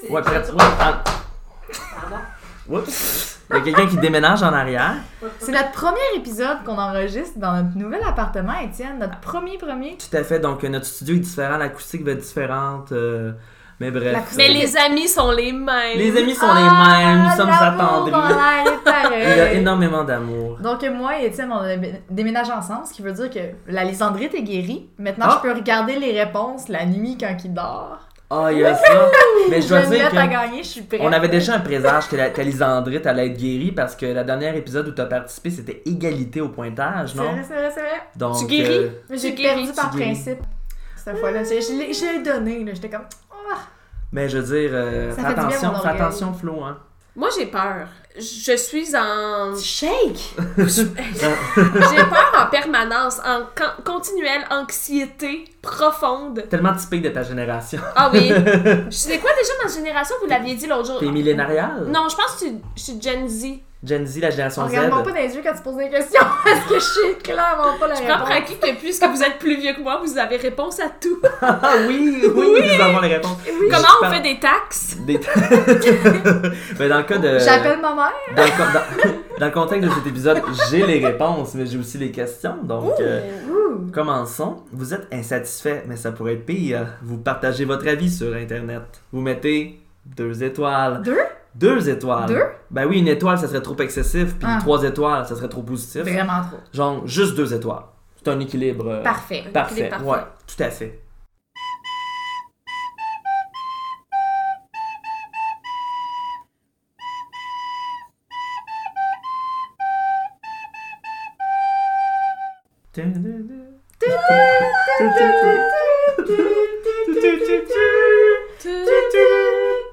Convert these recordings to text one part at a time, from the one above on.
c'est. Ouais, prête. tu- ouais, en- Pardon. Oups. Il y a quelqu'un qui déménage en arrière. C'est notre premier épisode qu'on enregistre dans notre nouvel appartement, Étienne. Notre premier, premier. Tout à fait. Donc, euh, notre studio est différent, l'acoustique va être différente. euh, mais bref. L'acoustique- Mais les amis sont les mêmes. Les amis sont les mêmes, nous Ah, sommes l'amour attendris. dans l'air est pareil. Il y a énormément d'amour. Donc, moi et Étienne, on a déménagé ensemble, ce qui veut dire que la Lysandrite est guérie. Maintenant, Ah. je peux regarder les réponses la nuit quand il dort. Ah, il y a ça. Mais je dois J'ai une dire lettre à que. gagner, je suis prête. On avait déjà un présage que la que Lisandrite allait être guérie parce que le dernier épisode où tu as participé, c'était égalité au pointage, C'est non? vrai, c'est vrai, c'est vrai. Donc, Tu guéris? euh, Mais J'ai Tu perdu guéris, par tu guéris. principe cette fois-là. Je, je l'ai- je l'ai donné, là. J'étais comme. mais je veux dire, euh, Ça fais fait du bien, attention, mon fais orgueil. attention, Flo. Hein. Moi, j'ai peur. Je suis Oh. en. Shake! J'ai peur en permanence, en con- continuelle anxiété profonde. Tellement typique de ta génération. Ah oui. Je sais quoi déjà ma génération, vous l'aviez dit l'autre jour. T'es millénariale? Non, je pense que tu- je suis Gen Z. Gen Z, la génération Z. Regarde-moi pas dans les yeux quand tu poses des questions parce que je sais clairement pas la Je prends réponse. pour acquis que puisque vous êtes plus vieux que moi, vous avez réponse à tout. Ah oui, oui, nous avons les réponses. Je Comment on parle- fait des taxes? Des- mais dans le cas de. J'appelle ma mère. Dans le, co- dans- dans le contexte de cet épisode, j'ai les réponses, mais j'ai aussi les questions. Donc, euh, Ouh. commençons. Vous êtes insatisfait, mais ça pourrait être pire. Vous partagez votre avis sur Internet. Vous mettez deux étoiles. Deux? Deux étoiles. Deux? Ben oui, une étoile, ça serait trop excessif, puis Ah. trois étoiles, ça serait trop positif. Vraiment trop. Genre, juste deux étoiles. C'est un équilibre. euh, Parfait. Parfait. Parfait. Ouais, tout à fait.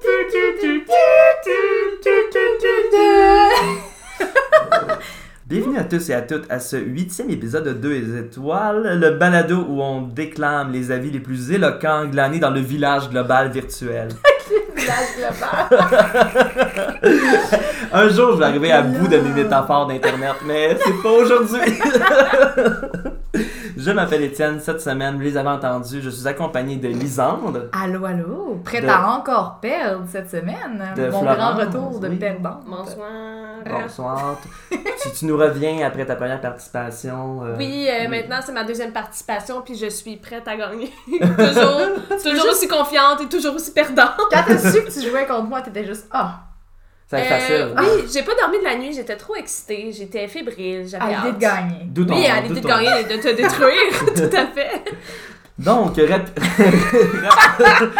Bienvenue à tous et à toutes à ce huitième épisode de Deux étoiles, le balado où on déclame les avis les plus éloquents glanés dans le village global virtuel. Village global. Un jour, je vais arriver à bout de mes métaphores d'Internet, mais c'est pas aujourd'hui. je m'appelle Étienne. Cette semaine, vous les avez entendus, je suis accompagné de Lisande. Allô, allô. Prête De- à encore perdre cette semaine. De Mon grand Florence, retour de oui. perdant. Bonsoir. Bonsoir. tu, tu nous reviens après ta première participation. euh, Oui, euh, maintenant c'est ma deuxième participation, puis je suis prête à gagner. toujours, toujours aussi confiante et toujours aussi perdante. Quand t'as su que tu jouais contre moi, t'étais juste ah, Ça va être facile. Euh, oui, j'ai pas dormi de la nuit, j'étais trop excitée, j'étais fébrile, à j'avais l'idée hâte. de gagner. D'où ton- Oui, à d'où l'idée de ton- gagner et de te détruire, tout à fait. Donc, rap- rap-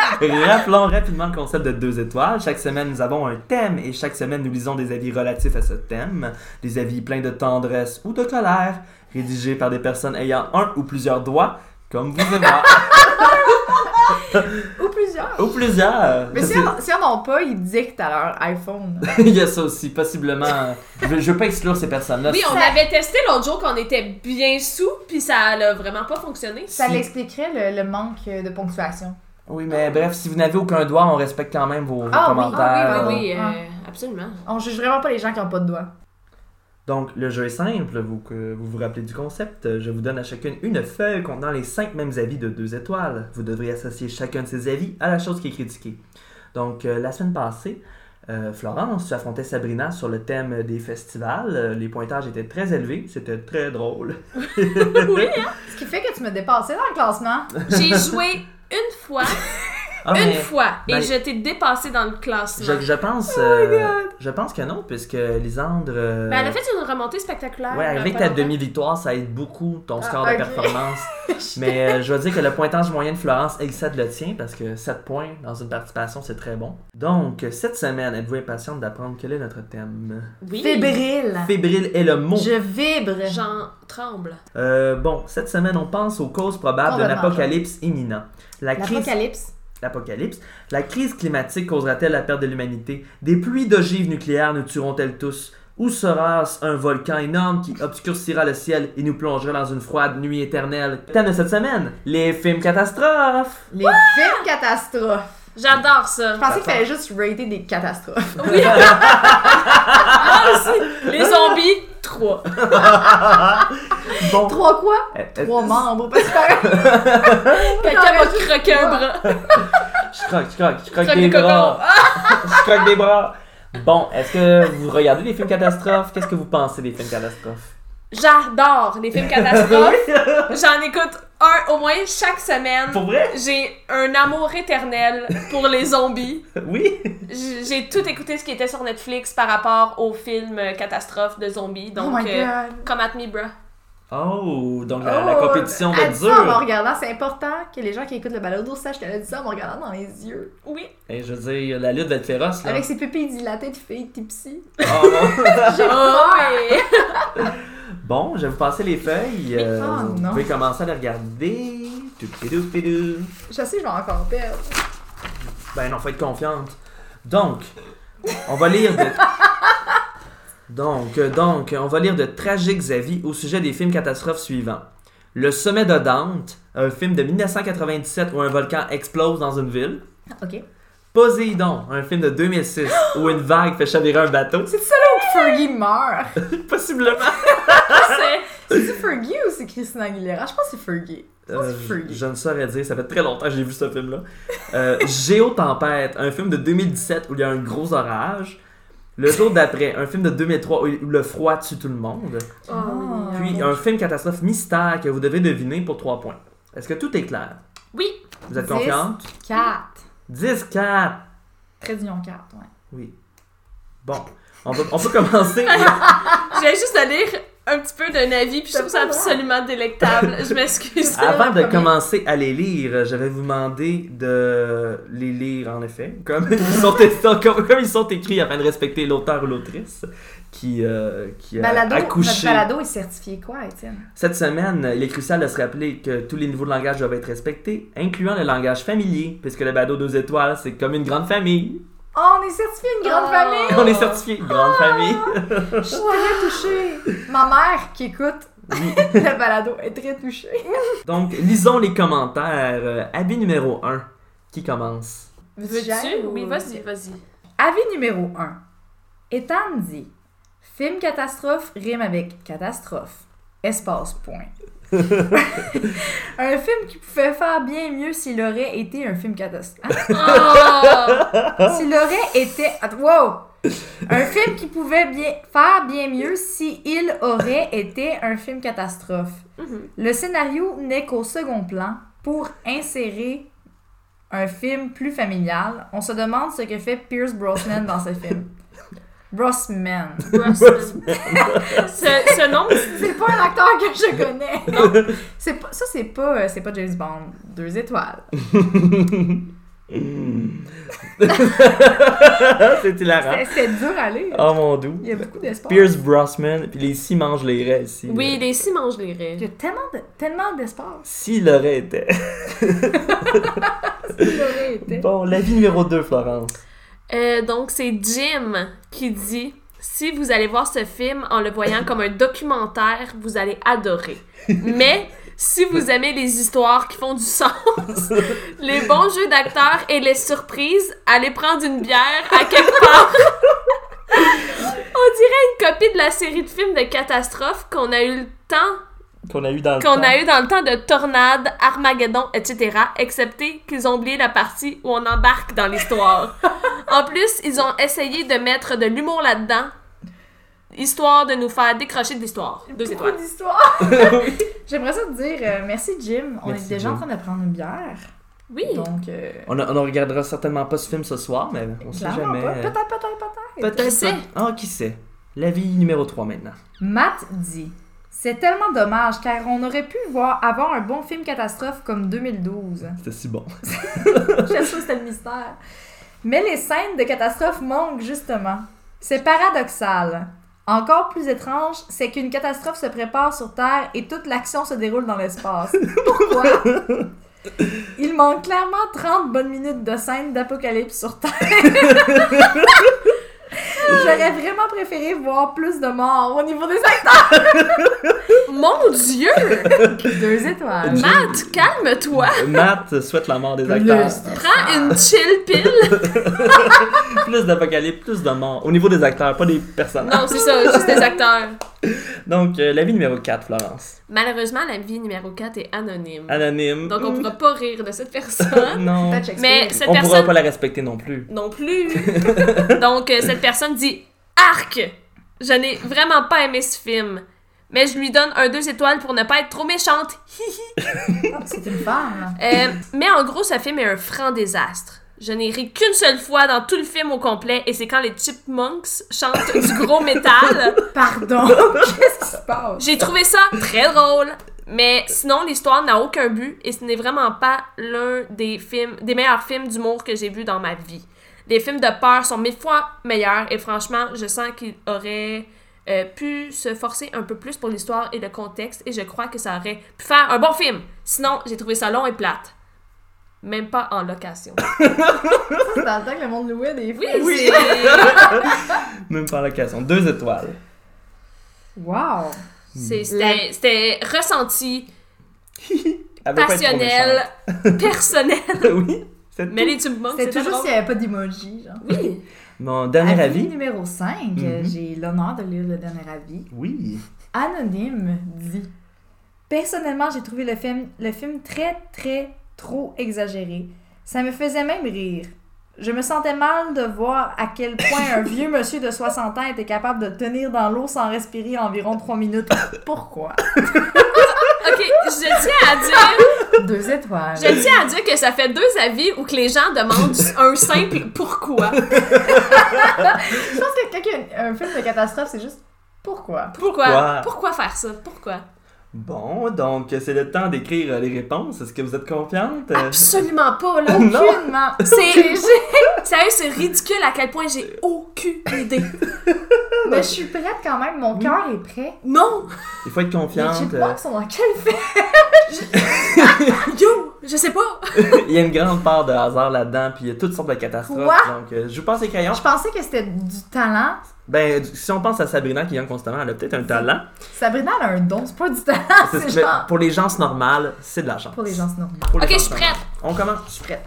rappelons rapidement le concept de deux étoiles. Chaque semaine, nous avons un thème et chaque semaine, nous lisons des avis relatifs à ce thème. Des avis pleins de tendresse ou de colère, rédigés par des personnes ayant un ou plusieurs doigts, comme vous et moi. Ou plusieurs. ou plusieurs. Mais si C'est- on, si on n'en a pas, ils dictent à leur iPhone. Il y a ça aussi, possiblement. Je, veux- je veux pas exclure ces personnes-là. Oui, on Ça- avait testé l'autre jour qu'on était bien sous, puis ça a vraiment pas fonctionné. Ça Si- l'expliquerait le, le manque de ponctuation. Oui, mais bref, si vous n'avez aucun doigt, on respecte quand même vos, vos Ah oui, commentaires. Ah Ah, oui, ah. euh, absolument. On juge vraiment pas les gens qui ont pas de doigts. Donc, le jeu est simple, vous, que vous vous rappelez du concept. Je vous donne à chacune une feuille contenant les cinq mêmes avis de deux étoiles. Vous devrez associer chacun de ces avis à la chose qui est critiquée. Donc, euh, la semaine passée, euh, Florence, tu affrontais Sabrina sur le thème des festivals. Euh, Les pointages étaient très élevés, c'était très drôle. oui, Ce qui fait que tu me dépassais dans le classement. j'ai joué une fois, Ah, une mais fois, et ben- je t'ai dépassé dans le classement. je, je pense, euh, je pense que non, puisque Lisandre... euh, Ben, elle a fait une remontée spectaculaire. Ouais, euh, avec pas ta longtemps. demi-victoire, ça aide beaucoup ton bah, Ah, score ok. de performance. Mais euh, je veux dire que le pointage moyen de Florence excède le tien parce que 7 points dans une participation, c'est très bon. Donc, cette semaine, êtes-vous impatiente d'apprendre quel est notre thème Oui. Fébrile. Fébrile est le mot. Je vibre. J'en tremble. Euh, bon, cette semaine, on pense aux causes probables d'un Probablement, apocalypse imminent. La crise L'apocalypse. L'apocalypse. La crise climatique causera-t-elle la perte de l'humanité Des pluies d'ogives nucléaires nous tueront-elles tous Ou sera-ce un volcan énorme qui obscurcira le ciel et nous plongera dans une froide nuit éternelle Thème de cette semaine les films catastrophes. Les films catastrophes. J'adore ça. Je pensais qu'il fallait juste rater des catastrophes. Oui. Moi Ah, aussi. Les zombies, trois. Bon. Trois quoi? Euh, euh, Trois membres. Parce que pareil, Quelqu'un m'a juste croqué un bras. Je croque, je croque, je croque Croque des des bras. cocons. je croque des bras. Bon, est-ce que vous regardez des films catastrophes? Qu'est-ce que vous pensez des films catastrophes? J'adore les films catastrophes. J'en écoute un au moins chaque semaine. Pour vrai? J'ai un amour éternel pour les zombies. Oui? J- J'ai tout écouté ce qui était sur Netflix par rapport au film euh, catastrophe de zombies. oh Donc, my euh, god. Come at me, bro. Oh, donc la, la Oh, compétition va elle être dit ça en me dure. regardant, c'est important que les gens qui écoutent le balado sachent qu'elle a dit ça en me regardant dans les yeux. Oui. Et Eh, je veux dire, la lutte va être féroce, là. Avec ses pupilles dilatées de fille tipsy. Oh, non. Oh, oui. bon, je vais vous passer les feuilles. euh, Oh, vous non. pouvez commencer à les regarder. Toupidou-pidou. Je sais, je vais encore perdre. Ben non, faites confiante. Donc, on va lire de... Donc, euh, donc, on va lire de tragiques avis au sujet des films catastrophes suivants. Le sommet de Dante, un film de 1997 où un volcan explose dans une ville. Ok. Poséidon, un film de 2006 où une vague fait chavirer un bateau. C'est ça là où Fergie meurt. Possiblement. C'est- C'est Fergie ou c'est Christina Aguilera Je pense que c'est Fergie. Je pense que Euh, Oh, c'est je- Fergie. je ne saurais dire, ça fait très longtemps que j'ai vu ce film-là. Euh, Géotempête, un film de 2017 où il y a un gros orage. Le jour d'après, un film de 2003 où où le froid tue tout le monde. Oh, Ah. oui. Puis un film catastrophe mystère que vous devez deviner pour 3 points. Est-ce que tout est clair? Oui. Vous êtes Dix. confiante? 4. 10, 4. Très d'union 4, ouais. Oui. Bon, on peut, on peut commencer. Je vais juste aller lire un petit peu d'un avis, puis je T'as trouve ça pas le droit. absolument délectable. Je m'excuse. Ah. Avant de premier. commencer à les lire, je vais vous demander de les lire en effet, comme ils sont, comme, comme ils sont écrits afin de respecter l'auteur ou l'autrice qui, euh, qui a Balado, notre accouché. balado est certifié quoi, Étienne Cette semaine, il est crucial de se rappeler que tous les niveaux de langage doivent être respectés, incluant le langage familier, puisque le balado deux étoiles, c'est comme une grande famille. Oh, on est certifié une grande Oh. famille On est certifié grande famille. Je suis très touchée. Ma mère qui écoute le balado est très touchée. Donc, lisons les commentaires. Euh, Avis numéro 1. Qui commence? Veux-tu? Oui, vas-y, vas-y. Avis numéro 1. Ethan dit Film catastrophe rime avec catastrophe. Espace point. un film qui pouvait faire bien mieux s'il aurait été un film catastrophe. Oh! S'il aurait été. att- Wow! Un film qui pouvait bien faire bien mieux s'il aurait été un film catastrophe. Mhm. Le scénario n'est qu'au second plan pour insérer un film plus familial. On se demande ce que fait Pierce Brosnan dans ce film. Brosnan. Brosnan. ce, ce nom me dit- C'est pas un acteur que je connais. C'est pas- ça, c'est pas, euh, c'est pas James Bond. Deux étoiles. c'est hilarant. C'est- C'est dur à lire. Oh mon doux. Il y a beaucoup d'espoir. Hein? Pierce Brosnan, puis les six mangent les raies ici. Oui, les six mangent les raies. Il y a tellement, de, tellement d'espace. S'il aurait été. Il aurait été. Bon, l'avis numéro 2, Florence. Euh, donc, c'est Jim qui dit Si vous allez voir ce film en le voyant comme un documentaire, vous allez adorer. Mais si vous aimez les histoires qui font du sens, les bons jeux d'acteurs et les surprises, allez prendre une bière à quelque part. On dirait une copie de la série de films de catastrophes qu'on a eu le temps Qu'on a eu dans le qu'on temps. a eu dans le temps de Tornade, Armageddon, etc., excepté qu'ils ont oublié la partie où on embarque dans l'histoire. en plus, ils ont essayé de mettre de l'humour là-dedans, histoire de nous faire décrocher de l'histoire. Deux Beaucoup étoiles. d'histoires. Oui. J'aimerais ça te dire euh, merci, Jim. On Merci, est déjà en Jim. train de prendre une bière. Oui, Donc, euh, On, a- on ne regardera certainement pas ce film ce soir, mais on sait clairement jamais. euh, pas. Peut-être, peut-être, peut-être. Peut-être. Qui sait? Ah, qui sait? L'avis numéro 3 maintenant. Matt dit C'est tellement dommage car on aurait pu voir avoir un bon film catastrophe comme 2012. C'était si bon. J'aime ça, c'était le mystère. Mais les scènes de catastrophe manquent justement. C'est paradoxal. Encore plus étrange, c'est qu'une catastrophe se prépare sur Terre et toute l'action se déroule dans l'espace. Pourquoi Il manque clairement 30 bonnes minutes de scènes d'apocalypse sur Terre. J'aurais vraiment préféré voir plus de morts au niveau des acteurs. mon Dieu! Deux étoiles. Matt, calme-toi! Matt souhaite la mort des Plus acteurs. de- Prends une chill pill! plus d'apocalypse, plus de mort. Au niveau des acteurs, pas des personnages. Non, c'est ça, juste des acteurs. Donc, euh, la vie numéro 4, Florence. Malheureusement, la vie numéro 4 est anonyme. Anonyme. Donc, on pourra pas rire de cette personne. non. Pas de Shakespeare. mais cette On pourra personne pas la respecter non plus. non plus. Donc, euh, cette personne dit Arc Je n'ai vraiment pas aimé ce film. Mais je lui donne un 2 étoiles pour ne pas être trop méchante. Ah, C'est une femme. Euh, mais en gros, ce film est un franc désastre. Je n'ai ri qu'une seule fois dans tout le film au complet, et c'est quand les Chipmunks chantent du gros métal. Pardon. Qu'est-ce qui se passe? J'ai trouvé ça très drôle. Mais sinon, l'histoire n'a aucun but et ce n'est vraiment pas l'un des films, des meilleurs films d'humour que j'ai vu dans ma vie. Les films de peur sont mille fois meilleurs et franchement, je sens qu'il aurait euh, pu se forcer un peu plus pour l'histoire et le contexte et je crois que ça aurait pu faire un bon film. Sinon, j'ai trouvé ça long et plate. Même pas en location. C'est dans le temps que le monde louait des Oui, filles. c'est- Même par l'occasion. Deux étoiles. Wow. c'est- c'était- c'était ressenti, Elle veut pas être trop passionnel, personnel. méchante. oui. c'est Mais tout. les Chipmunks, C'était c'est toujours toujours s'il n'y avait pas d'emoji. genre. Oui. Mon dernier Avis avis. numéro 5. Mhm. J'ai l'honneur de lire le dernier avis. Oui. Anonyme dit Personnellement, j'ai trouvé le film, le film très, très, trop exagéré. Ça me faisait même rire. Je me sentais mal de voir à quel point un vieux monsieur de 60 ans était capable de tenir dans l'eau sans respirer environ 3 minutes. Pourquoi Ok, je tiens à dire, Deux étoiles. je tiens à dire que ça fait deux avis où que les gens demandent un simple pourquoi. Je pense que quand il y a un, un film de catastrophe, c'est juste pourquoi Pourquoi Pourquoi? Pourquoi faire ça Pourquoi Bon, donc c'est le temps d'écrire euh, les réponses. Est-ce que vous êtes confiante? Ah, Euh, Absolument pas là. Non. Aucunement. C'est sérieux, c'est ridicule à quel point j'ai aucune idée. Mais je suis prête quand même, mon cœur est prêt. Non, Il faut être Les confiante. chipmunks sont dans quel euh. film yo, je sais pas. Euh, il y a une grande part de hasard là-dedans, puis il y a toutes sortes de catastrophes. Quoi? Donc, euh, je vous pense les crayons. Je pensais que c'était du talent. Ben, du- si on pense à Sabrina qui vient constamment, elle a peut-être un talent. Sabrina elle a un don, c'est pas du talent, C'est- c'est mais genre Pour les gens, c'est normal, c'est de la chance. pour les gens c'est normal. Pour les Ok, gens, je c'est suis normal. prête. On commence. Prête.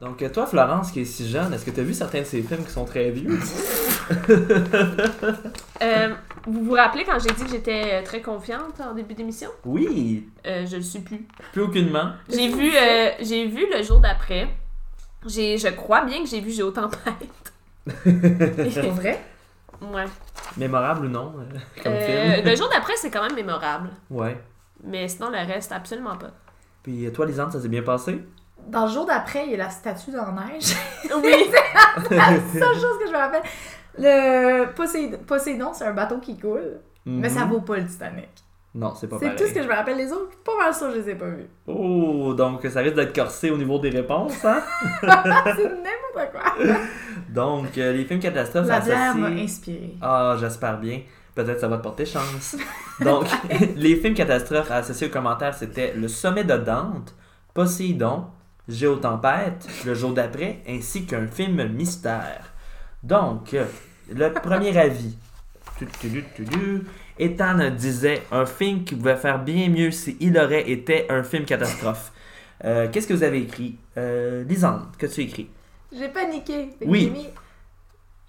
Donc, euh, toi, Florence, qui est si jeune, est-ce que tu as vu certains de ces films qui sont très vieux? Euh, vous vous rappelez quand j'ai dit que j'étais euh, très confiante en début d'émission Oui! euh, Je le suis plus. Plus aucunement. J'ai vu, euh, j'ai vu le jour d'après. J'ai, je crois bien que j'ai vu J'ai autant tempête. Pour vrai? Ouais. Mémorable ou non, euh, comme Euh, film. le jour d'après, c'est quand même mémorable. Ouais. Mais sinon, le reste, absolument pas. Puis euh, toi, Lisande, ça s'est bien passé? Dans le jour d'après, il y a la statue dans la neige. Oui. la seule chose que je me rappelle. Le Poséid- Poséidon, c'est un bateau qui coule, mais ça Mhm. vaut pas le Titanic. Non, c'est pas C'est pareil. tout ce que je me rappelle. Les autres, je suis pas mal sûre que je les ai pas vus. Oh, donc ça risque d'être corsé au niveau des réponses, hein? C'est n'importe quoi. donc, euh, les films catastrophes La bière m'a associés... inspirée. Ah, j'espère bien. Peut-être ça va te porter chance. Donc, les films catastrophes associés aux commentaires, c'était Le Sommet de Dante, Poséidon, Géotempête, Le Jour d'après, ainsi qu'un film mystère. Donc, euh, le premier avis. Tu, tu, tu, tu, tu. Ethan disait un film qui pouvait faire bien mieux s'il aurait été un film catastrophe. Euh, Qu'est-ce que vous avez écrit Euh, Lisande, que tu écris J'ai paniqué. Fait que Oui. j'ai mis-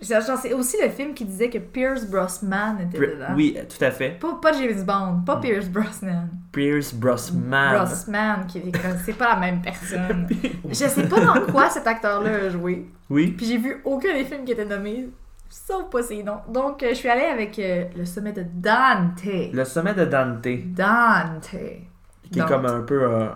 C'est genre, c'est aussi le film qui disait que Pierce Brosnan était dedans. Oui, tout à fait. Pas, pas James Bond, Hmm. pas Pierce Brosnan. Pierce Brosnan. Brosnan, qui est comme- c'est pas la même personne. Je sais pas dans quoi cet acteur-là a joué. Oui. Puis j'ai vu aucun des films qui étaient nommés, sauf Poséidon. Donc euh, je suis allée avec euh, Le Sommet de Dante. Le sommet de Dante, qui Dante. est Dante. comme un peu euh,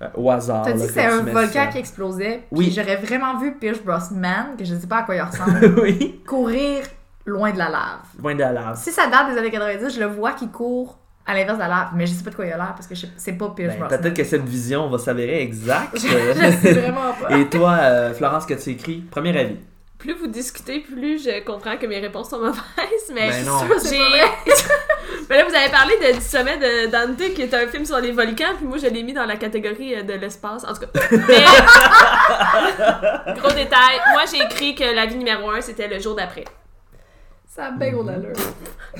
euh, au hasard. T'as là, dit que que c'est un tu mets volcan ça. qui explosait. Oui. Oui. J'aurais vraiment vu Pierce Brosnan, que je sais pas à quoi il ressemble, oui, courir loin de la lave. loin de la lave. Si ça date des années 90, je le vois qui court à l'inverse de la lave, mais je sais pas de quoi il a l'air parce que je sais- c'est pas Pierce Ben, Brosnan. Peut-être que cette vision va s'avérer exacte. je sais vraiment pas. Et toi, euh, Florence, que tu écris, premier avis. Plus vous discutez, plus je comprends que mes réponses sont mauvaises, mais Ben non. C'est j'ai. pas vrai. mais là, vous avez parlé de, du sommet de Dante, qui est un film sur les volcans, puis moi, je l'ai mis dans la catégorie euh, de l'espace. En tout cas. Mais... Gros détail, moi, j'ai écrit que la vie numéro un, c'était le jour d'après. Ça a bien gros d'allure.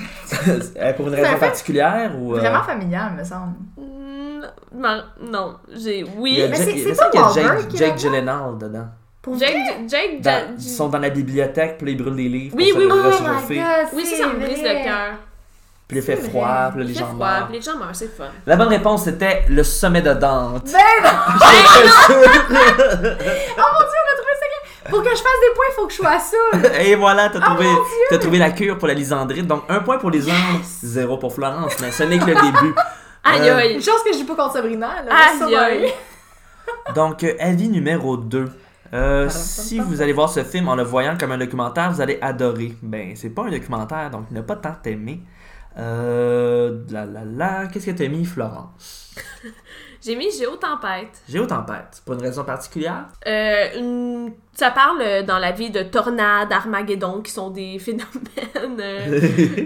Euh, pour une raison Ça fait particulière ou. euh, Vraiment familial, me semble. Hmm, non, non, j'ai. il y a Oui. Mais Jack- c'est- il c'est me semble qu'il y a pas Wahlberg qui Jake, est Jake là-dedans? Gyllenhaal dedans. Pour Jake, Jake, Dans- Jake- ils sont dans la bibliothèque, puis là, ils brûlent des livres. Oui, pour oui, se oui, Oh my réchauffer. god, Oui, ça, c'est ça me brise vrai. le cœur. Puis il fait C'est froid, vrai. puis là, les Il fait gens froid, meurent. Euh. puis les gens meurent, c'est le fun. La bonne réponse, c'était le sommet de Dante. Ben non! J'étais sûr. Oh mon dieu, on a trouvé le secret! Pour que je fasse des points, il faut que je sois saoul! Et voilà, t'as Oh trouvé, mon t'as trouvé la cure pour la lysandrite. Donc, un point pour Lysandre, zéro pour Florence. Mais ce n'est que le début. Aïe, Euh, Une aïe. chose que je joue pas contre Sabrina, là. mais ça, Aïe, ouais. aïe. Donc, euh, avis numéro 2. si vous allez voir ce film en le voyant comme un documentaire, vous allez adorer. Ben, c'est pas un documentaire, donc il n'a pas tant aimé. Euh, la la la, qu'est-ce que t'as mis, Florence? J'ai mis Géotempête. Géotempête, pour une raison particulière? Euh, une... Ça parle euh, dans la vie de tornades, Armageddon, qui sont des phénomènes euh,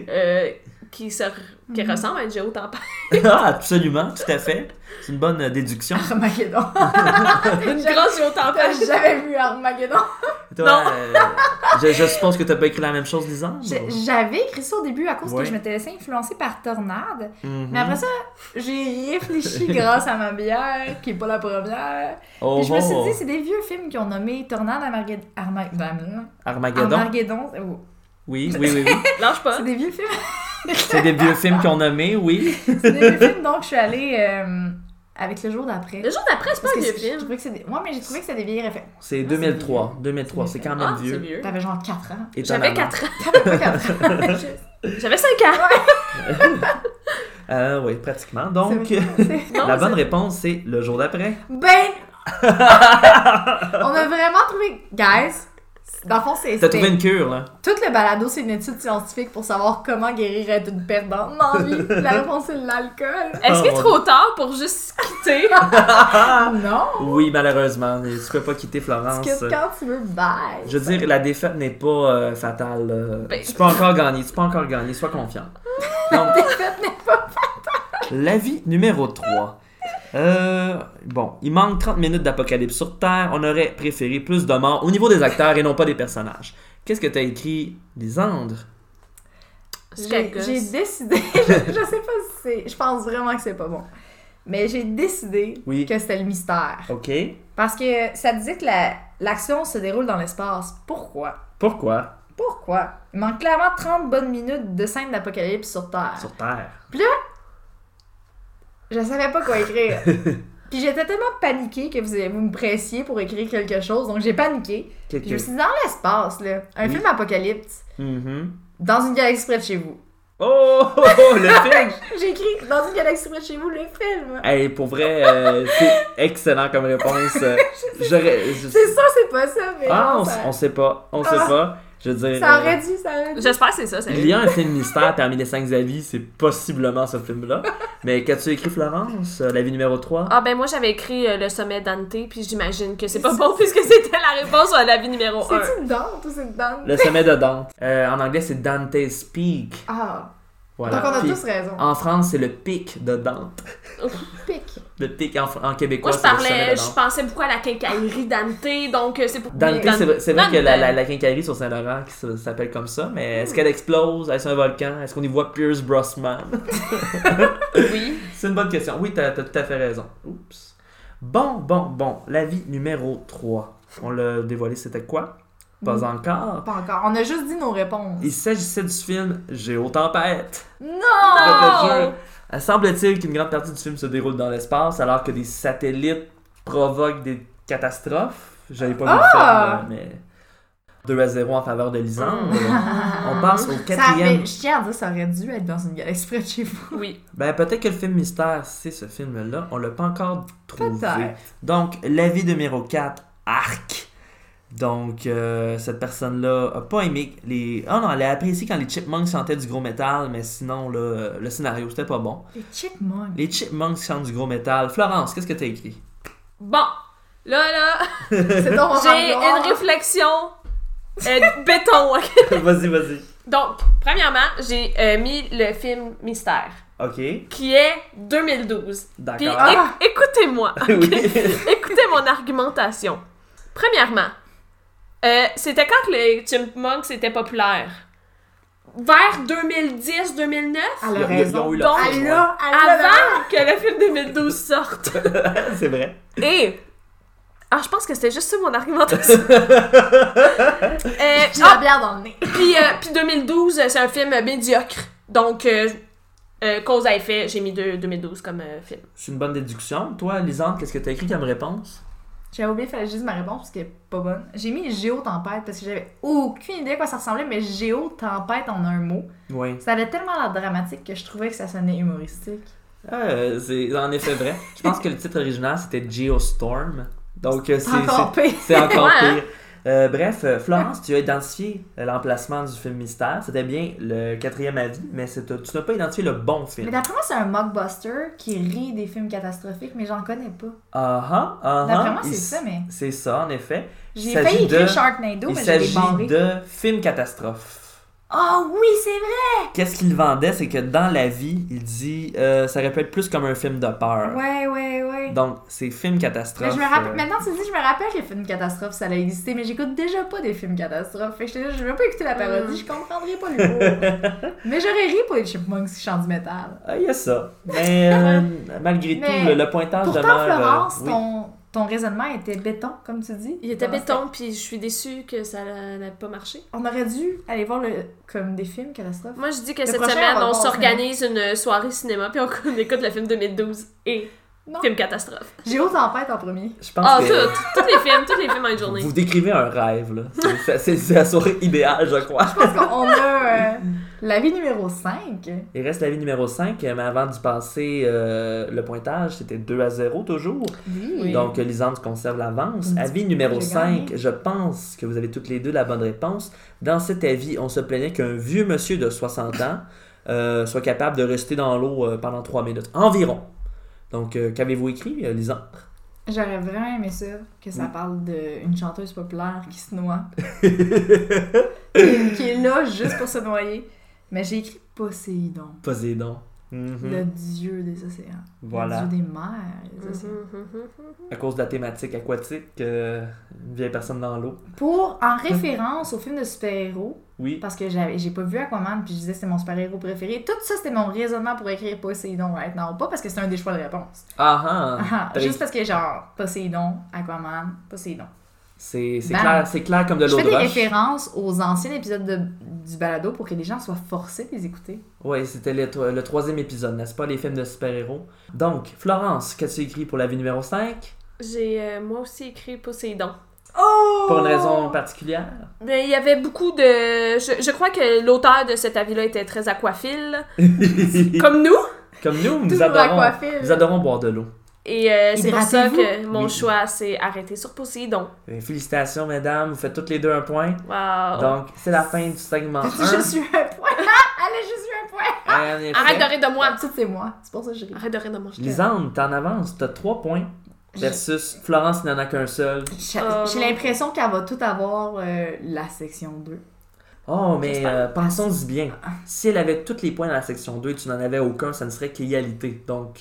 euh, qui, se... qui Mhm. ressemblent à une géotempête. ah, absolument, tout à fait. C'est une bonne euh, déduction. Armageddon. Une grosse géotempête. J'ai jamais vu Armageddon. Toi, Non. euh, je, je suppose que t'as pas écrit la même chose, Lisandre? J'ai- J'avais écrit ça au début à cause Ouais. que je m'étais laissé influencer par Tornade. Mhm. Mais après ça, j'ai réfléchi grâce à ma bière, qui est pas la première. Oh, Puis je me suis oh. dit, c'est des vieux films qui ont nommé Tornade Armageddon. Armageddon. Armageddon? Hein? Armageddon. c'est- oh. Oui, oui, oui, oui. Lâche pas. C'est des vieux films. C'est des vieux films qu'on a nommés, oui. C'est des vieux films, donc je suis allée euh, avec le jour d'après. Le jour d'après, c'est pas Parce un que vieux c'est- film. je trouvais que c'est des- Ouais, mais j'ai trouvé que c'était des vieilles références. C'est Ah, 2003. 2003, c'est quand même Ah, c'est vieux. vieux. T'avais genre 4 ans. J'avais étonnamment. 4 ans. T'avais pas 4 ans. J'avais 5 ans. Euh, oui, pratiquement. C'est Donc, euh, vrai, c'est- Non, la c'est- bonne réponse, c'est le jour d'après. Ben! On a vraiment trouvé. Guys! Dans le fond, c'est. T'as c'était- trouvé une cure, là. Tout le balado, c'est une étude scientifique pour savoir comment guérir être une perdante dans la vie. La réponse, c'est l'alcool. Est-ce qu'il Oh, est mon trop tard pour juste quitter? Ah non! Oui, malheureusement. mais Tu peux pas quitter Florence. Parce que quand tu veux, bye! Je veux dire, la défaite n'est pas euh, fatale. euh, Ben- Tu peux encore gagner, tu peux encore gagner, sois confiant. la défaite n'est pas fatale. L'avis numéro 3. Euh, bon, il manque 30 minutes d'apocalypse sur Terre. On aurait préféré plus de morts au niveau des acteurs et non pas des personnages. Qu'est-ce que t'as écrit, Lisandre? J'ai Skagos. j'ai décidé, je, je sais pas si c'est. Je pense vraiment que c'est pas bon. Mais j'ai décidé Oui. que c'était le mystère. OK. Parce que ça disait que la- l'action se déroule dans l'espace. Pourquoi? Pourquoi? Pourquoi? Il manque clairement 30 bonnes minutes de scène d'apocalypse sur Terre. Sur Terre. Je savais pas quoi écrire. Puis j'étais tellement paniquée que vous, vous me pressiez pour écrire quelque chose, donc j'ai paniqué. Puis je me Quelqu'un. suis dit, dans l'espace, là, un Oui. film apocalypse, Mhm. dans une galaxie près de chez vous. Oh, oh, oh, le film! J'ai écrit, dans une galaxie près de chez vous, le film. Hey, pour vrai, euh, c'est excellent comme réponse. Euh, J'aurais. je- C'est sûr, c'est pas ça, mais. Ah, non, on, ça... on sait pas. On sait Ah. pas. Je veux dire. Ça euh, aurait dû, ça aurait dû. J'espère que c'est ça, ça. Il y a un film mystère parmi les cinq avis, c'est possiblement ce film-là. Mais qu'as-tu écrit, Florence Euh, L'avis numéro 3 Ah ben moi j'avais écrit euh, le sommet Dante puis j'imagine que c'est pas bon puisque c'était la réponse à la vie numéro 1. C'est-tu dedans ou c'est dedans? Le sommet de Dante. Euh, en anglais, c'est Dante's Peak. Ah, Voilà. donc on a Puis, tous raison. En France, c'est le pic de Dante. Pique. Le pic en, en québécois, Moi je c'est le sommet parlais, de je Dante. pensais beaucoup à la quincaillerie Dante donc euh, c'est pour Dante, Dan- c'est vrai, c'est vrai Dante. que la, la, la quincaillerie sur Saint-Laurent qui se- s'appelle comme ça, mais Hmm. est-ce qu'elle explose Est-ce un volcan Est-ce qu'on y voit Pierce Brosnan Oui. C'est une bonne question. Oui, t'as t'as tout à fait raison. Oups. Bon, bon, bon. L'avis numéro 3. On l'a dévoilé, c'était quoi? Pas Mm. encore. Pas encore. On a juste dit nos réponses. Il s'agissait du film Géotempête. Non! Oh! Je te jure. Euh, Semble-t-il qu'une grande partie du film se déroule dans l'espace alors que des satellites provoquent des catastrophes. J'avais pas Ah! vu le film, euh, mais... 2 à 0 en faveur de Lisandre. On On passe au quatrième. Ah. je tiens à dire, ça aurait dû être dans une galaxie près de chez vous. Oui. Ben, peut-être que le film Mystère, c'est ce film-là. On l'a pas encore trouvé. Peut-être. Donc, l'avis numéro 4, Arc. Donc, euh, cette personne-là a pas aimé les. Ah non, elle a apprécié quand les Chipmunks chantaient du gros métal, mais sinon, là, le scénario, c'était pas bon. Les chipmunks. Les Chipmunks chantent du gros métal. Florence, qu'est-ce que t'as écrit Bon. Là là, C'est ton moment j'ai de gloire. une réflexion euh, béton. ok? Vas-y, vas-y. Donc, premièrement, j'ai euh, mis le film Mystère Ok, qui est 2012. Puis d'accord. Ah. éc- écoutez-moi. oui. Écoutez mon argumentation. Premièrement, euh, c'était quand que les Chipmunks étaient populaires. vers 2010-2009, Elle Ils a ont- ils raison. Ah, ont eu leur Donc, chance, Elle a, elle a- avant que le film 2012 sorte. ouais. C'est vrai. Et. Ah, je pense que c'était juste ça mon argumentation. Euh, J'ai ah, la bière dans le nez. puis, euh, puis 2012, euh, c'est un film euh, médiocre. Donc, euh, euh, cause à effet, j'ai mis deux- 2012 comme euh, film. C'est une bonne déduction. Toi, Lisande, qu'est-ce que t'as écrit comme réponse? J'avais oublié, il fallait juste ma réponse parce qu'elle est pas bonne. J'ai mis géotempête parce que j'avais aucune idée à quoi ça ressemblait, mais géotempête en un mot. Oui. Ça avait tellement l'air dramatique que je trouvais que ça sonnait humoristique. Euh, c'est en effet vrai. Je pense que le titre original, c'était Geostorm. Donc, euh, c'est C'est encore c'est- pire. c'est encore Ouais, hein? pire. Euh, bref, euh, Florence, tu as identifié euh, l'emplacement du film Mystère. C'était bien le quatrième avis, mais c'est- tu n'as pas identifié le bon Mais film. d'après moi, c'est un mockbuster qui rit des films catastrophiques, mais j'en connais pas. Ah ah, ah D'après ah, moi, c'est il- ça, mais. C'est ça, en effet. Il J'ai s'agit failli écrire de- Sharknado, Il mais j'ai l'ai barré. s'agit de film catastrophe. Oh oui, c'est vrai! Qu'est-ce qu'il vendait, c'est que dans la vie, il dit euh, ça répète plus comme un film de peur. Ouais, ouais, ouais. Donc, c'est film Mais catastrophe. je me rappelle, euh, maintenant tu me dis, je me rappelle les films catastrophes, ça a existé, mais j'écoute déjà pas des films catastrophes. Fait que j'étais là, je veux pas Euh. écouter la parodie, Mm. je comprendrais pas l'humour. mais j'aurais ri pour les Chipmunks qui chantent du métal. Ah, il y a ça. Mais euh, malgré tout, Mais le, le pointage Pourtant, demeure. euh, Florence, oui. ton, ton raisonnement était béton, comme tu dis. Il était Dans la- béton, puis je suis déçue que ça n'a pas marché. On aurait dû aller voir le, comme des films catastrophes. Moi, je dis que Le cette prochain, on semaine, va on voir hein. au s'organise une euh, soirée cinéma, puis on, écoute le film 2012 et Non. film catastrophe. J'ai autre en tête en premier. Je pense Ah, que tout! Tous les films, tous les films en une journée. vous décrivez un rêve, là. C'est- c'est- C'est c'est la soirée idéale, je crois. Je pense qu'on a euh, l'avis numéro 5. Il reste la vie numéro 5, mais avant d'y passer, euh, le pointage, c'était 2 à 0 toujours. Oui. Donc, Lisande conserve l'avance. Mm. Avis numéro J'ai 5, gagné. je pense que vous avez toutes les deux la bonne réponse. Dans cet avis, on se plaignait qu'un vieux monsieur de 60 ans euh, soit capable de rester dans l'eau euh, pendant 3 minutes, environ. Donc, euh, qu'avez-vous écrit, euh, Lisande J'aurais vraiment aimé ça, que ça Oui. parle d'une chanteuse populaire qui se noie. qui, qui est là juste pour se noyer. Mais j'ai écrit Poséidon, Poséidon. Mhm. le dieu des océans. Voilà. Le dieu des mers. et des océans. Mhm, mhm, mhm. À cause de la thématique aquatique, euh, une vieille personne dans l'eau. Pour, en référence au film de super-héros, Oui. parce que j'avais- j'ai pas vu Aquaman, puis je disais c'est mon super-héros préféré. Tout ça, c'était mon raisonnement pour écrire Poséidon right now. Pas parce que c'était un des choix de réponse. Ah ah. Ah, t'as Juste parce que, genre, Poséidon, Aquaman, Poséidon. C'est c'est Bam. clair, c'est clair comme de Je l'eau fais de des roche. références aux anciens épisodes de- du balado pour que les gens soient forcés de les écouter. Oui, c'était le, tro- le troisième épisode, n'est-ce pas, les films de super-héros. Donc, Florence, qu'as-tu écrit pour la vie numéro 5? J'ai euh, moi aussi écrit Poséidon. Oh! Pour une raison particulière? Mais il y avait beaucoup de. Je, je crois que l'auteur de cet avis-là était très aquaphile, comme nous. Comme nous, nous Toujours adorons, aquafil. nous adorons boire de l'eau. Et euh, c'est pour ça Hydratez-vous. que mon Oui. choix s'est arrêté sur Poséidon. Euh, Félicitations, mesdames, vous faites toutes les deux un point. Wow. Donc, c'est la fin du segment 1. J'ai Oh. juste eu un point. Elle a juste eu un point. Arrête de rire de moi. Euh, Ça, c'est moi. C'est pour ça que je ris. Arrête de rire de moi. Lisande, t'es en avance, t'as 3 points. Versus Florence, il n'en a qu'un seul. J'ai Oh. j'ai l'impression qu'elle va tout avoir euh, la section 2. Oh, mais J'espère. euh, pensons-y bien. Si elle avait tous les points dans la section 2 et tu n'en avais aucun, ça ne serait qu'égalité. Donc,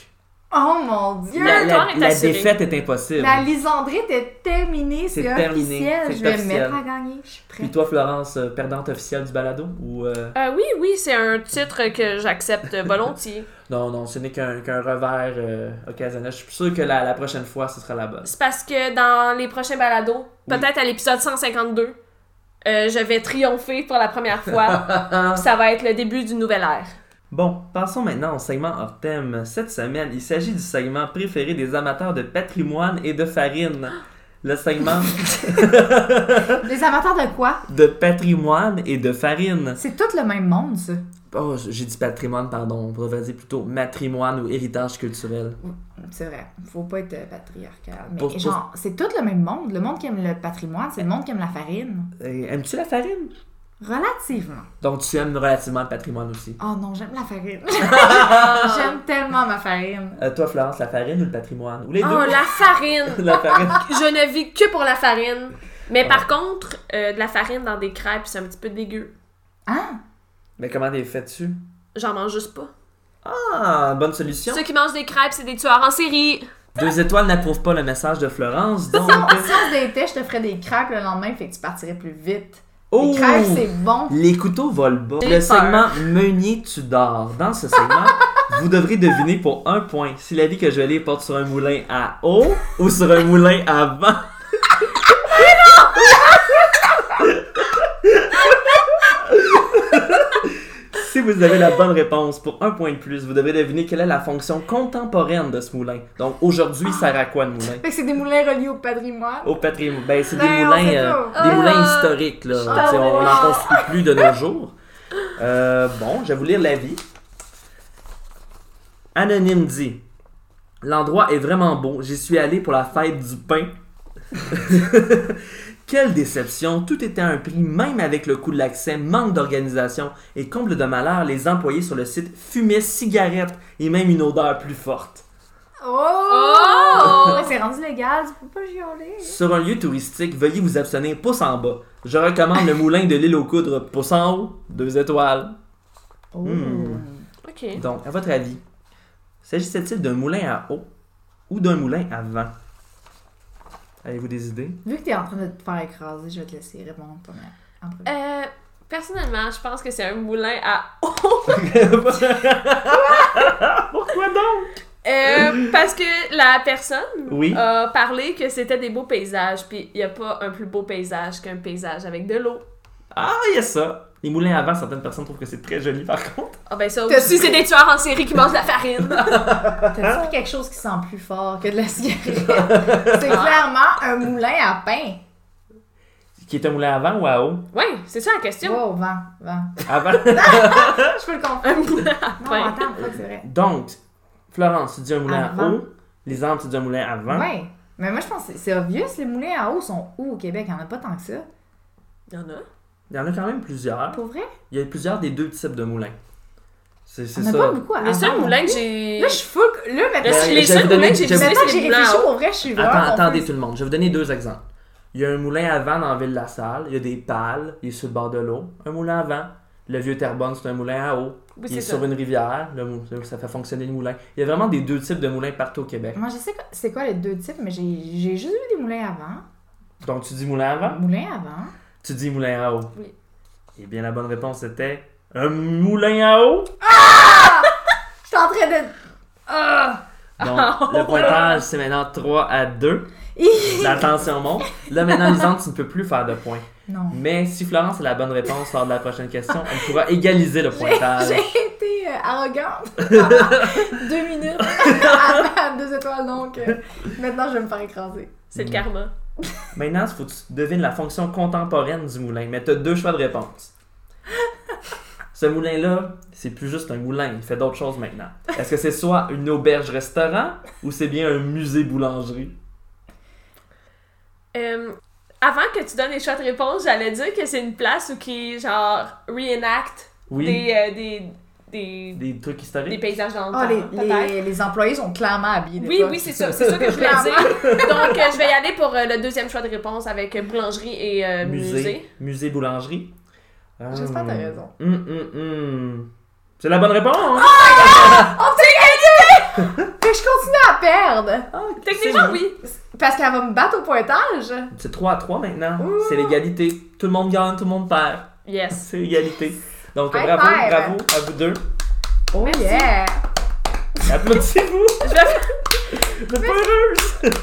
Oh mon dieu! la, la- Victoire est la assurée. défaite est impossible. La lisandrie était terminée, c'est C'est terminé, officiel. c'est Je vais me officiel. mettre à gagner. Je suis Puis prête. toi, Florence, euh, perdante officielle du balado ou euh, Euh, oui, oui, c'est un titre que j'accepte volontiers. non, non, ce n'est qu'un qu'un revers euh, occasionnel. Je suis sûr que la, la prochaine fois, ce sera la bonne. C'est parce que dans les prochains balados, peut-être à l'épisode 152, euh, je vais triompher pour la première fois. Puis ça va être le début d'une nouvelle ère. Bon, passons maintenant au segment hors thème. Cette semaine, il s'agit du segment préféré des amateurs de patrimoine et de farine. Le segment Les amateurs de quoi? de patrimoine et de farine. C'est tout le même monde, ça. Oh, j'ai dit patrimoine, pardon. On devrait dire plutôt matrimoine ou héritage culturel. C'est vrai, faut pas être euh, patriarcal. Mais Pour- pour- genre, c'est tout le même monde. Le monde qui aime le patrimoine, c'est le monde qui aime la farine. Et Aimes-tu la farine? Relativement. Donc, tu aimes relativement le patrimoine aussi. Oh non, j'aime la farine. Ah, Ah, j'aime tellement ma farine. Euh, toi, Florence, la farine ou le patrimoine? Ou Ah, les Oh, la farine! deux? La farine. Je ne vis que pour la farine. Mais par Ah. contre, euh, de la farine dans des crêpes, c'est un petit peu dégueu. Hein? Mais comment les fais-tu? J'en mange juste pas. Ah, bonne solution. Ceux qui mangent des crêpes, c'est des tueurs en série. Deux étoiles n'approuvent pas le message de Florence, donc... Si on se détait, je te ferais des crêpes le lendemain, fait que tu partirais plus vite. Oh! Les crêpes, c'est bon. Les couteaux volent bas. J'ai Le peur. segment Meunier, tu dors. Dans ce segment, vous devrez deviner pour un point si la vie que je vais lire porte sur un moulin à eau ou sur un moulin à vent. Si vous avez la bonne réponse pour un point de plus, vous devrez deviner quelle est la fonction contemporaine de ce moulin. Donc aujourd'hui, ça sert à quoi le moulin Fait que c'est des moulins reliés au patrimoine. Au patrimoine. Ben, c'est des Ben, on moulins, sait euh, pas. des Ah. moulins historiques, là. Ah, T'sais, on ouais. n'en construit plus de nos jours. Euh, bon, je vais vous lire l'avis. Anonyme dit L'endroit est vraiment beau. J'y suis allé pour la fête du pain. Quelle déception! Tout était à un prix, même avec le coût de l'accès, manque d'organisation et comble de malheur, les employés sur le site fumaient cigarettes et même une odeur plus forte. Oh! Ouais, c'est rendu légal, tu peux pas chialer. Sur un lieu touristique, veuillez vous abstenir pouce en bas. Je recommande le moulin de l'île aux coudres pouce en haut, deux étoiles. Oh. Hmm. Ok. Donc, à votre avis, s'agissait-il d'un moulin à eau ou d'un moulin à vent? Avez-vous des idées? Vu que t'es en train de te faire écraser, je vais te laisser répondre toi-même. en premier. Euh, personnellement, je pense que c'est un moulin à eau. Pourquoi donc? Euh, parce que la personne Oui. a parlé que c'était des beaux paysages, puis il n'y a pas un plus beau paysage qu'un paysage avec de l'eau. Ah, il y a ça! Les moulins à vent, certaines personnes trouvent que c'est très joli par contre. Ah ben ça T'as aussi, dit- c'est des tueurs en série qui mangent de la farine. hein? T'as dit quelque chose qui sent plus fort que de la cigarette. c'est clairement un moulin à pain. Qui est un moulin à vent ou à eau? ouais, c'est ça la question. Wow, vent, vent. Avant. Hein? Je peux le Un comprendre. moulin à Non, pain. attends, fuck, c'est vrai. Donc, Florence, tu dis un moulin à, À vent. eau. Les arbres, tu dis un moulin à vent. Ouais. Mais moi, je pense que c'est- c'est obvious. Les moulins à eau sont où au Québec? Il n'y en a pas tant que ça. Il y en a. Il y en a quand même plusieurs. Pour vrai? Il y a plusieurs des deux types de moulins. C'est c'est Il n'y en a ça. pas beaucoup à Le seul avant. moulin que j'ai. Là, je suis full. Là, maintenant, Le- Ben, les j'avais seuls donné- moulins que j'ai j'avais- visités, maintenant que c'est j'ai des moulins réfléchi, à eau. pour vrai, je suis vraiment. Attends, attendez confuse. tout le monde, je vais vous donner deux exemples. Il y a un moulin à vent dans la ville de la Salle, il y a des pales, il est sur le bord de l'eau, un moulin à vent. Le vieux Terrebonne, c'est un moulin à eau. Oui, il est, c'est ça. sur une rivière, le mou- ça fait fonctionner le moulin. Il y a vraiment des deux types de moulins partout au Québec. Moi, je sais quoi- c'est quoi les deux types, mais j'ai j'ai juste vu des moulins avant. Donc tu dis moulin à vent, Moulins avant. tu dis moulin à eau. Oui. Eh bien la bonne réponse c'était un moulin à eau. Je suis en train de. Ah! Donc le pointage c'est maintenant 3 à 2. Hi! La tension monte. Là maintenant Lisande, tu ne peux plus faire de points. non. Mais si Florence a la bonne réponse lors de la prochaine question, on pourra égaliser le pointage. J'ai été euh, arrogante pendant deux minutes avant deux étoiles, donc euh, maintenant je vais me faire écraser. C'est le karma. Maintenant, il faut que tu devines la fonction contemporaine du moulin, mais tu as deux choix de réponse. Ce moulin-là, c'est plus juste un moulin, il fait d'autres choses maintenant. Est-ce que c'est soit une auberge-restaurant ou c'est bien un musée-boulangerie? Euh, avant que tu donnes les choix de réponse, j'allais dire que c'est une place où qui genre reenact Oui, des, euh, des, des, des, trucs historiques. des paysages dans le Ah, temps, les, peut-être. les, les employés sont clairement habillés. des Oui, fois. oui, c'est ça. C'est ça que je voulais Clairement. dire. Donc, euh, je vais y aller pour euh, le deuxième choix de réponse avec euh, boulangerie et euh, musée. Musée. Musée-boulangerie. J'espère que t'as raison. Hum, hum, hum. C'est la bonne réponse! hein? On s'est gagné! Fait Oh, que je continue à perdre. Ah, Techniquement, oui. Parce qu'elle va me battre au pointage. C'est 3 à 3 maintenant. C'est l'égalité. Tout le monde gagne, tout le monde perd. Yes. C'est l'égalité. Donc High bravo, five. bravo à vous deux. Oh Merci. yeah! Applaudissez-vous. Je vais- Vous êtes pas heureuse.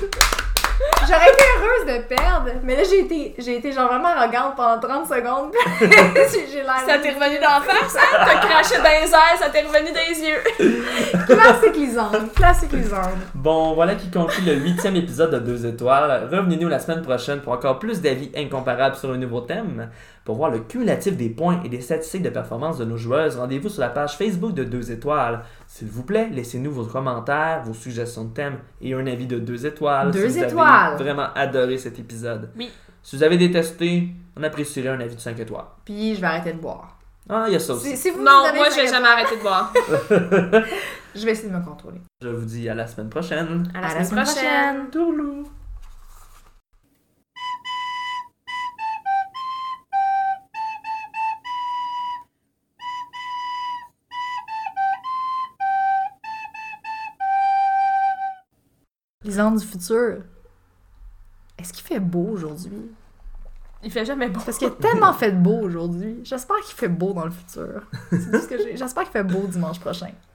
J'aurais été heureuse de perdre, mais là j'ai été, j'ai été genre vraiment arrogante pendant 30 secondes. J'ai- j'ai l'air. Ça t'est revenu d'en face, hein? T'as craché dans les airs, ça t'est revenu dans les yeux. Classique lisande. Classique lisande. Bon, voilà qui conclut le huitième épisode de Deux Étoiles. Revenez-nous la semaine prochaine pour encore plus d'avis incomparables sur un nouveau thème. Pour voir le cumulatif des points et des statistiques de performance de nos joueuses, rendez-vous sur la page Facebook de Deux Étoiles. S'il vous plaît, laissez-nous vos commentaires, vos suggestions de thèmes et un avis de Deux Étoiles. Deux si vous avez étoiles. vraiment adoré cet épisode. Oui. Si vous avez détesté, on apprécierait un avis de 5 étoiles. Puis je vais arrêter de boire. Ah, il y a ça aussi. Si, si vous nous Non, avez moi, je vais cinq jamais arrêter de boire. étoiles, Je vais essayer de me contrôler. Je vous dis à la semaine prochaine. À la, semaine prochaine. Tourlou. Lisande du futur. Est-ce qu'il fait beau aujourd'hui? Il fait jamais bon. Parce qu'il a tellement fait beau aujourd'hui. J'espère qu'il fait beau dans le futur. C'est tout ce que j'ai. J'espère qu'il fait beau dimanche prochain.